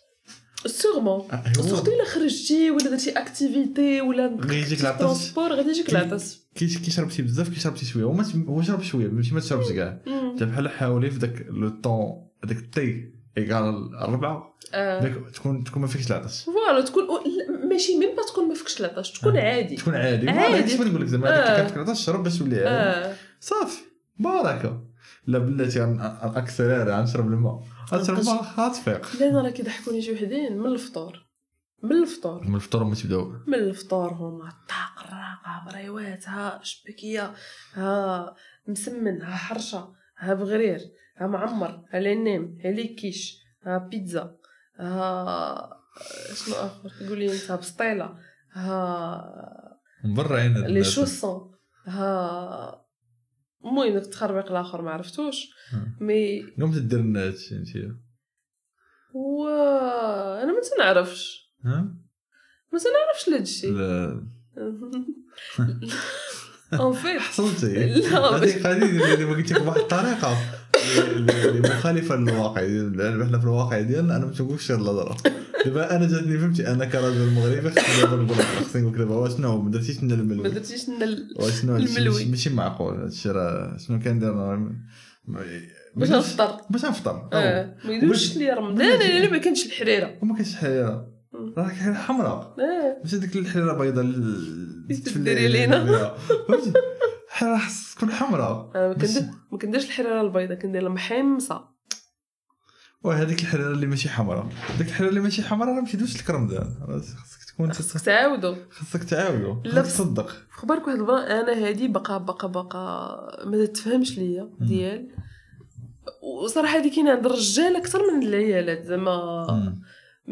سيغمون
آه، هو-
سورتو الا خرجتي ولا درتي اكتيفيتي ولا
غيجيك
في
العطش
الترونسبور غادي يجيك
كي-
العطس
كي كي شربتي بزاف كي شربتي شويه وما تم- هو شرب شويه ماشي ما تشربش كاع
مم.
انت بحال حاولي في داك لو طون هذاك التي ايكال الربعه
آه.
داك تكون تكون ما فيكش العطش
فوالا تكون لا، ماشي ميم با تكون ما فيكش العطش تكون عادي
آه. تكون عادي
عادي.
ما كيفاش نقول لك زعما هذيك
آه.
اللي كتفكر العطش شرب باش تولي عادي
اه
صافي بركه لا بلاتي غن- غنكسر هذا غنشرب الماء غنشرب الماء غتفيق
لا انا راه كيضحكوني شي وحدين من الفطور من الفطور
من الفطور ما تبداو
من الفطور هما الطاق الراقه بريوات ها شبكيه ها مسمن ها حرشه ها بغرير ها معمر ها لينيم ها ليكيش ها بيتزا ها شنو اخر قولي انت ها بسطيله ها
من برا عين هاد
لي
الناس.
شوسون ها المهم داك التخربيق الاخر ما عرفتوش
آه.
مي
اليوم تدير لنا هادشي انت
هو انا ما تنعرفش
ها
ما تنعرفش لهادشي
لا.
اون فيت
حصلتي
لا، بس-
هذيك هذه اللي ما قلت لك بواحد الطريقه اللي اللي مخالفه للواقع لان احنا في الواقع ديالنا انا ما تنقولش هاد الهضره دابا انا جاتني فهمتي انا كرجل مغربي خصني دابا نقول لك خصني نقول لك دابا واش شنو ما درتيش لنا
ما
الملوي
درتيش لنا ال-
واش شنو هادشي؟
الملوي.
ماشي- ماشي معقول هادشي راه شنو كندير راه م- م-
باش نفطر
باش نفطر أو.
اه ما يدوش
بس-
لي رمضان انا أنا ما كانش الحريره
وما كاينش حيره راه كاين حمراء
اه
ماشي ديك الحيره البيضاء اللي
اللي
تفلي
تديري لينا.
علينا. فهمتي حيره خص تكون حمراء
انا ما
بس-
كندير ما كنديرش الحريره البيضاء كندير المحمصه
وهذيك الحراره اللي ماشي حمراء ديك الحراره اللي ماشي حمراء راه ما تفيدوش الكرمدان راه خاصك تكون
خصك تعاودو
خاصك تعاودو
لا،
خاصك تصدق
خبرك واحد المره انا هادي باقا باقا باقا ما تتفهمش ليا ديال وصراحه هادي كاينه عند الرجال اكثر من العيالات زعما
مم.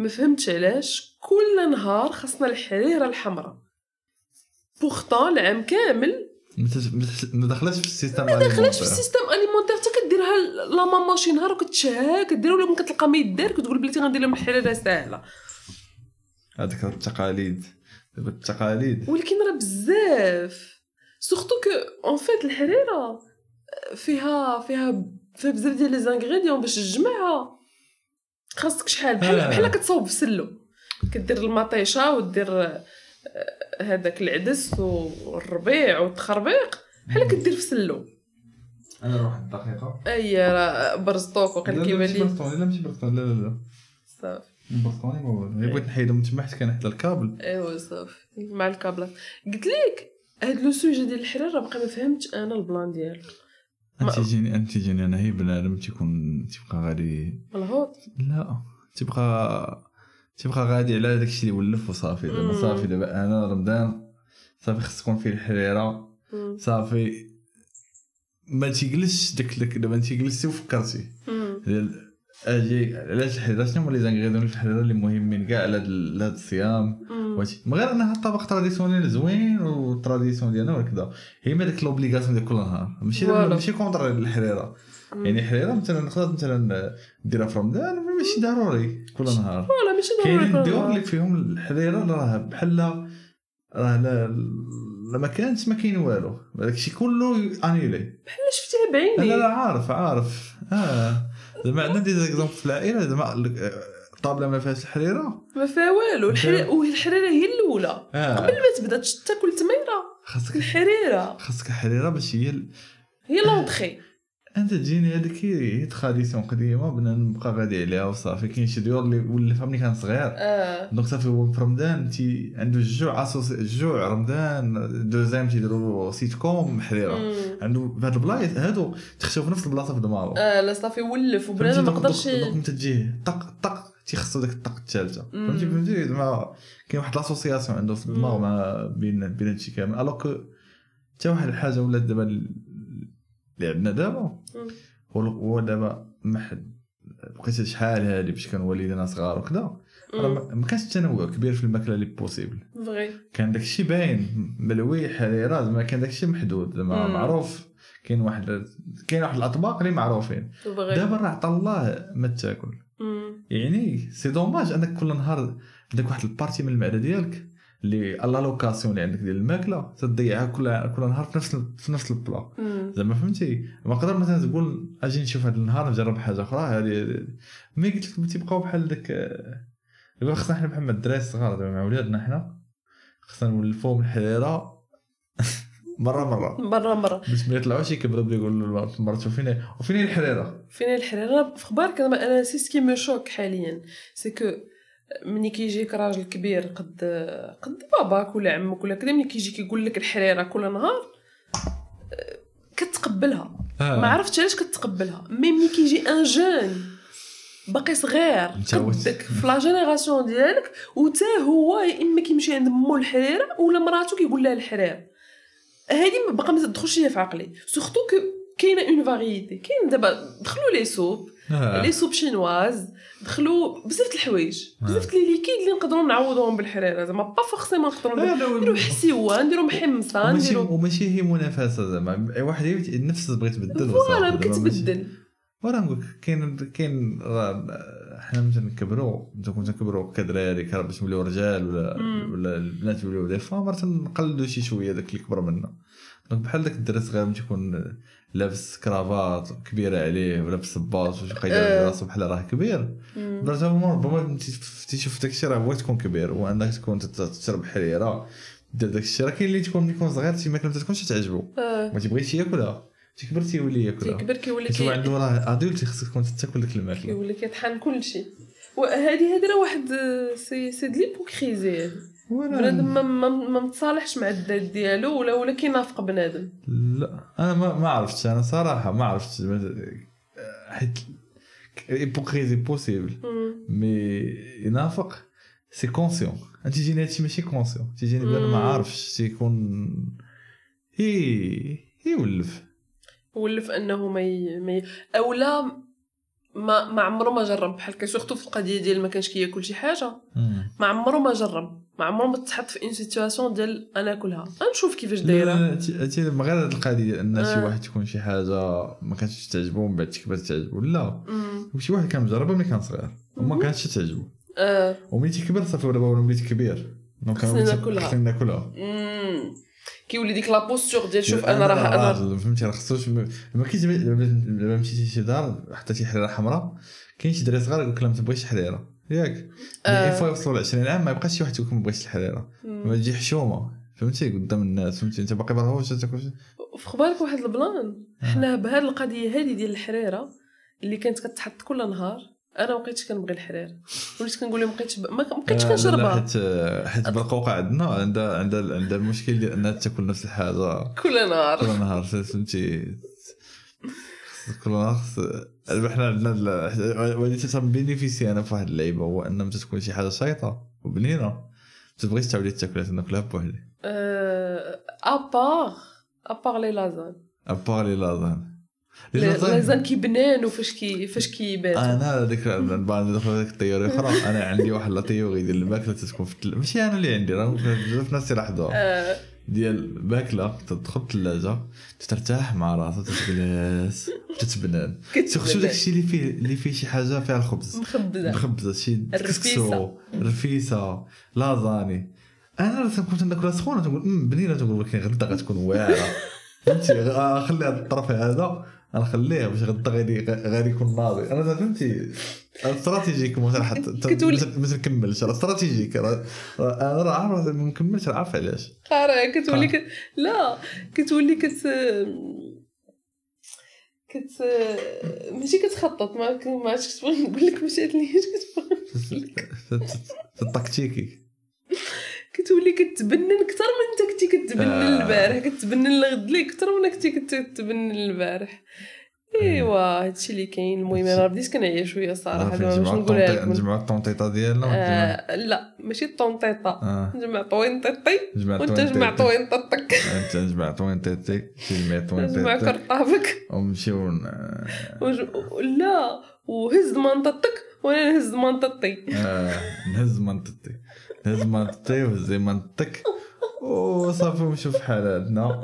ما فهمتش علاش كل نهار خاصنا الحريره الحمراء بوغتون العام كامل
ما تش- ما تش- ما دخلتش في السيستم ما
داخلاش في السيستم اليمونتير حتى كديرها ل- لا ماما شي نهار وكتشهى كدير ولا ممكن تلقى ما يدار كتقول بلي غندير لهم الحريره ساهله
هذيك التقاليد دابا التقاليد
ولكن راه بزاف سورتو كو اون فيت الحريره فيها فيها فيها بزاف ديال لي زانغريديون باش تجمعها خاصك شحال بحال
آه.
بحال كتصاوب في سلو كدير المطيشه ودير آه، هذاك العدس والربيع والتخربيق بحال كدير في سلو
انا نروح الدقيقه
اي راه برزطوك وقال كيما لي
برطون لا ماشي برطون لا لا لا
صافي
برطوني ما والو غير بغيت نحيدهم من تما حيت كان حدا الكابل
ايوا صافي مع الكابلات قلت لك هاد لو سوجي ديال الحرير راه باقي ما فهمتش انا البلان ديالو ما-
انت تجيني انت تجيني انا هي بنادم تيكون تيبقى غادي
ملهوط
لا تبقى تبقى غادي على داكشي اللي ولف وصافي دابا
مم.
صافي دابا انا رمضان صافي خص تكون فيه الحريره
مم.
صافي ما تيجلسش داك داك دابا انت جلستي وفكرتي
مم.
ديال اجي علاش الحريره شنو هما لي زانغريدون في الحريره اللي مهمين كاع على هاد ال- هاد الصيام
مم.
واش من غير انها الطبق تراديسيونيل زوين والتراديسيون ديالنا وهكذا هي ما ديك لوبليغاسيون ديال كل نهار ماشي
فوالا.
ماشي كونتر الحريره
مم.
يعني حريره مثلا نقدر مثلا ديرها في رمضان مي ماشي ضروري كل نهار
فوالا ماشي ضروري
كاينين
يكون
الدول
غلط.
اللي فيهم الحريره راه بحال لا- راه لا لا ما كانش ما كاين والو داكشي كله انيلي
بحال شفتها
انا
بعيني
راه عارف عارف اه زعما عندنا دي زيكزامبل في العائله زعما ال- الطابله ما فيهاش الحريره
ما فيها والو الحريره والحريره هي الاولى
اه
قبل ما تبدا تش- تاكل التميره
خاصك
الحريره
خاصك الحريره باش هي ال-
هي لونطخي
انت تجيني هذيك هي هي تراديسيون قديمه بنا نبقى غادي عليها وصافي كاين شي ديور اللي ولفها ملي كان صغير
اه
دونك صافي هو في رمضان تي عنده الجوع اسوس الجوع رمضان دوزيام تيديروا سيت كوم حريره
مم.
عنده في هاد البلايص هادو تخشاو في نفس البلاصه في دماغو
اه لا صافي ولف
فهمتي؟
وبنادم ما
دونك-
قدرش
دونك دونك متى تجيه طق طق تيخصو ديك الطق الثالثه
مم.
فهمتي فهمتي زعما كاين واحد لاسوسياسيون عنده في دماغو
مم.
مع بين بين هادشي كامل الوغ كو حتى واحد الحاجه ولات دابا اللي عندنا دابا
مم.
هو هو دابا ما حد بقيت شحال هادي باش كانوا والدينا صغار وكذا راه
مم.
ما- ما كانش تنوع كبير في الماكله اللي بوسيبل
فغي
كان داكشي باين ملوي حريره زعما كان داكشي محدود زعما
مم.
معروف كاين واحد كاين واحد الاطباق اللي معروفين
فغي
دابا راه عطا الله ما تاكل
مم.
يعني سي دوماج انك كل نهار عندك واحد البارتي من المعده ديالك اللي اللوكاسيون اللي عندك ديال الماكله تضيعها كل كل نهار في نفس في نفس البلا
مم.
زعما فهمتي ما نقدر مثلا تقول اجي نشوف هذا النهار نجرب حاجه اخرى هذه مي قلت لك تيبقاو بحال داك آه، دابا خصنا حنا بحال ما الدراري الصغار دابا مع ولادنا حنا خصنا نولفوهم الحريره مره مره
مره مره
باش ما يطلعوش يكبروا بلي يقولوا مرتو فين وفين هي الحريره
فين الحريره أنا في خبارك انا انا سي سكي مو شوك حاليا سي كو ملي كيجيك راجل كبير قد قد باباك ولا عمك ولا كذا ملي كيجي كيقول لك الحريره كل نهار آه، كتقبلها
آه.
ما عرفتش علاش كتقبلها مي ملي كيجي ان جون باقي صغير
متعود.
قدك في لا جينيراسيون ديالك وتا هو يا اما كيمشي عند مو الحريره ولا مراتو كيقول لها الحرير هادي ما- باقا ما تدخلش ليا في عقلي سورتو كو كاينه اون فاريتي كاين دابا دخلوا لي سوب
آه.
لي سوب شينواز دخلوا بزاف د الحوايج
آه.
بزاف د لي ليكيد اللي نقدروا نعوضوهم بالحريره زعما با فورسيمون نقدروا نديرو-
آه.
نديرو حسيوه نديرو محمصه
وماشي
نديرو
وماشي هي منافسه زعما أي واحد هي نفس تبغي تبدل
فوالا
وصافي. دابا ماشي-
كتبدل
ورا نقول لك كاين كاين راه حنا مثلا نكبروا مثلا كنا نكبروا كدراري كرا باش نوليو رجال ولا
مم.
ولا البنات يوليو دي فام مرات نقلدوا شي شويه داك اللي كبر منا دونك بحال داك الدري الصغير ملي يكون لابس كرافات كبيره عليه ولابس باص وشي قايد
آه.
على راسو بحال راه كبير
مم.
مرات هما ربما تف- تشوف داك الشيء راه بغيت تكون كبير وانك تكون تت- تشرب حريره دير داك الشيء راه كاين اللي تكون ملي يكون صغير شي ماكله ما تكونش تعجبو
آه.
ما تيبغيش ياكلها تيكبر تيولي ياكلها
كيكبر كيولي
حيت هو
كي-
عنده راه ادولت خصك تكون تاكل ديك الماكله
كيولي كيطحن كلشي وهادي هادي راه واحد سي سي د ليبوكريزي بنادم
ولا
ما ما ما متصالحش مع الذات ديالو ولا ولا كينافق بنادم
eh, لا انا ما ما عرفتش انا صراحه ما عرفتش حيت هيبوكريزي بوسيبل مي ينافق سي كونسيون تيجيني هادشي ماشي كونسيون تيجيني بلا ما عارفش تيكون هي يولف
ولف انه ما ي... ما ي... او لا ما ما عمره ما جرب بحال هكا سورتو في القضيه ديال ما كانش كياكل شي حاجه ما عمره ما جرب ما عمره ما تحط في ان سيتواسيون ديال انا اكلها نشوف كيفاش دايره
تي من غير هاد القضيه ديال ان شي واحد تكون شي حاجه ما كانتش تعجبو من بعد كبر تعجبو لا
مم.
وشي واحد كان مجربها ملي كان صغير وما كانتش تعجبو
اه
وملي تيكبر صافي ولا ولا وليت كبير دونك
خصني ناكلها.
خصني ناكلها
مم. كيولي ديك لا بوستور ديال شوف انا راه انا
راجل آه، فهمتي راه خصوش ما ما كاينش لما مشيتي شي دار حتى شي حريره حمراء كاين شي دري صغار يقول لك لا ما تبغيش الحريره ياك
آه.
آه. فوا يوصلوا ل 20 عام ما يبقاش شي واحد يقول لك ما بغيتش الحريره ما
مم.
تجي حشومه فهمتي قدام الناس فهمتي انت باقي برا واش تاكل شي-
في بالك واحد البلان
آه.
حنا بهاد القضيه هادي ديال الحريره اللي كانت كتحط كل نهار انا ما بقيتش كنبغي الحرير وليت كنقول لهم بقيتش ب... ما بقيتش
آه، لا، لا،
كنشربها
حيت حيت بالقوقعه عندنا عندها عندها عندها المشكل ديال انها تاكل نفس الحاجه
كل
كل
نهار
نهار فهمتي كل نهار خص- دابا حنا عندنا ال- وليت تنبينيفيسي انا في واحد اللعيبه هو ان متى تكون شي حاجه شيطه وبنينه ما تبغيش تعاودي تاكلها تناكلها بوحدي
آه، ابار ابار لي لازان
ابار لي لازان لي
لي-
لازان-
لازان كيبنان وفاش كي فاش
Ah.
كيبات
انا هذيك بعد ما دخلت ديك الطياره اخرى انا عندي واحد لا تيوري ديال الماكله تتكون في التل... ماشي انا اللي عندي راه بزاف ناس يلاحظوها
آه،
ديال ماكله تدخل الثلاجه تترتاح مع راسها تتجلس وتتبنان سيرتو
كتبنان.
داكشي اللي فيه اللي فيه شي حاجه فيها الخبز
مخبزه
مخبزه شي
الرفيسة.
كسكسو رفيسه لازاني انا راه كنت ناكلها سخونه تنقول امم بنينه تنقول ولكن غدا غتكون واعره فهمتي غ- خلي هذا الطرف هذا غنخليه باش غدا غادي غادي يكون ناضي انا فهمتي استراتيجيك ما تنحط
كتولي-
ما تنكملش راه استراتيجيك راه راه انا راه عارف ما نكملش راه عارف علاش
قارع كتولي
قارع.
كت... لا كتولي كت كت ماشي كتخطط ما ك- ما عرفتش كتبغي نقول لك ماشي هاد اللي كتبغي
تكتيكي
كتولي كتبنن اكثر من انت كنتي كتبنن
آه.
البارح كتبنن لغد لي اكثر من كنتي كنت كتبنن البارح ايوا هادشي اللي كاين المهم انا بديت كنعيا شويه
آه،
صراحه دابا باش نقولها لكم
نجمعوا الطونطيطه ديالنا ونجمعوا-
آه، لا ماشي الطونطيطه
اه
نجمع طوينطيطي
نجمع
وانت جمع
الطونطيطة.
طوينطيطك
انت نجمع طوين تيتيك تجمع طوين آه.
نجمع
تيتيك
كرطابك
ونمشيو ن-
وج- لا وهز منطقتك وانا نهز منطقتي
آه، نهز منطقتي نهز منطقتي وهزي منطقتك وصافي ونشوف حالاتنا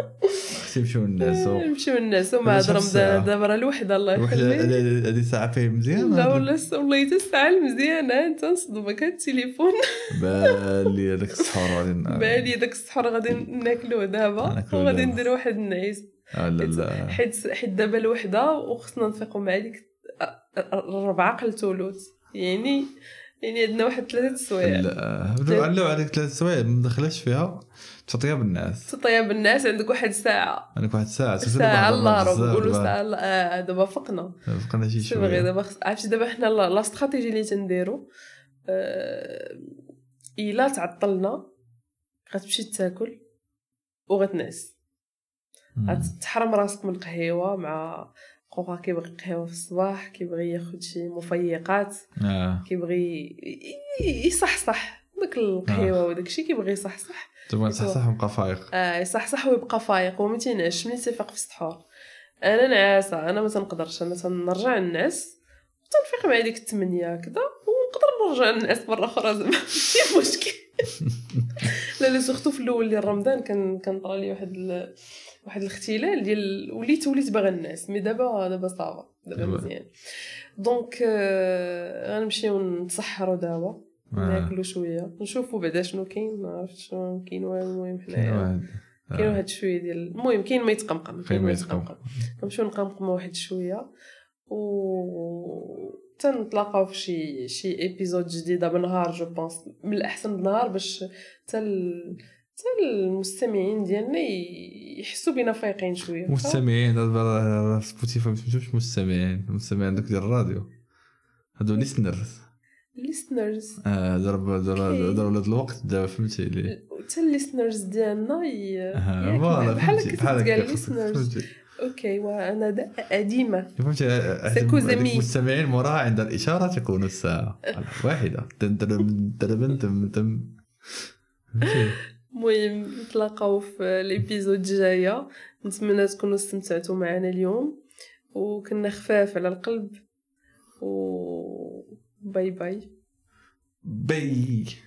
خصني نمشيو نعسو
نمشيو الناس وما
هذا
عاد
شحال
رمضان
الساعة؟
دابا راه الوحده الله
واحد
يخليك
هذه ساعة فيه مزيان
لا
هاد-
والله س- والله حتى الساعه مزيانه انت نصدمك هاد التليفون
بالي هذاك السحور غادي ن-
بالي داك السحور غادي ناكلوه دابا
آه. ناكلوه
وغادي
دابا.
ندير واحد النعيس
آه، لا لا
حيت حيت دابا الوحده وخصنا نفيقوا مع ديك الربعه قل ثلث يعني يعني عندنا واحد ثلاثه سوايع
لا بدو علو عليك ثلاث سوايع ما دخلش فيها تعطيها بالناس
تطيب الناس عندك واحد ساعه
عندك واحد ساعة سلسلة
ساعه
بعض
الله راه
بزاف
نقولوا
بعض.
ساعه الله- آه، دابا فقنا
بقينا شي
سي فغي
شوية
دابا خص- عرفتي دابا حنا لا لا استراتيجي اللي تنديرو آه، الا تعطلنا غتمشي تاكل وغتنعس
مم.
غتحرم راسك من القهيوه مع خوها كيبغي قهوه في الصباح كيبغي ياخد شي مفيقات
اه
كيبغي ي- ي- يصحصح داك القهيوه وداك الشيء كيبغي يصحصح
تبغى نصحصح ونبقى فايق
آه صح صح ويبقى فايق وما تينعش ملي تيفيق في السحور انا نعاسه انا ما تنقدرش انا تنرجع نعس تنفيق مع ديك الثمانية كدا ونقدر نرجع نعس مرة أخرى زعما ماشي مشكل لا لا سورتو في الأول ديال رمضان كان كان طرا لي واحد ال... واحد الاختلال ديال وليت وليت باغا نعس مي دابا دابا صافا دابا
دابا.
مزيان دونك آه، غنمشيو نتسحروا دابا ناكلو شويه نشوفوا بعدا شنو كاين ما عرفتش شنو كاين والو المهم
كاين
حنايا
واحد
كاين
آه.
واحد شويه ديال المهم كاين ما يتقمقم
كاين ما يتقمقم.
نمشيو نقمقمو واحد شويه و تنتلاقاو في شي شي ايبيزود جديده بنهار جو بونس من الاحسن بنهار باش تل تل المستمعين ديالنا ي- يحسوا بينا فايقين شويه
مستمعين هذا راه- راه سبوتيفاي ما تمشوش مستمعين المستمعين دوك ديال الراديو هادو ليسنرز
الليسنرز
اه ضرب
أوكي.
ضرب ضرب هذا الوقت دابا فهمتي لي
حتى الليسنرز ديالنا ي-
آه،
ياك
إيه. فوالا
بحال
فهمتي،
هكا
بحال
تتقال
هكا،
listeners.
فهمتي
اوكي وانا دا- قديمه
فهمتي آه، آه،
سيكو
هذيك
زميل.
المستمعين موراها عند الاشاره تكون الساعه واحده تم تم تم تم تم فهمتي؟
المهم نتلاقاو في ليبيزود الجايه نتمنى تكونوا استمتعتوا معنا اليوم وكنا خفاف على القلب و باي باي
باي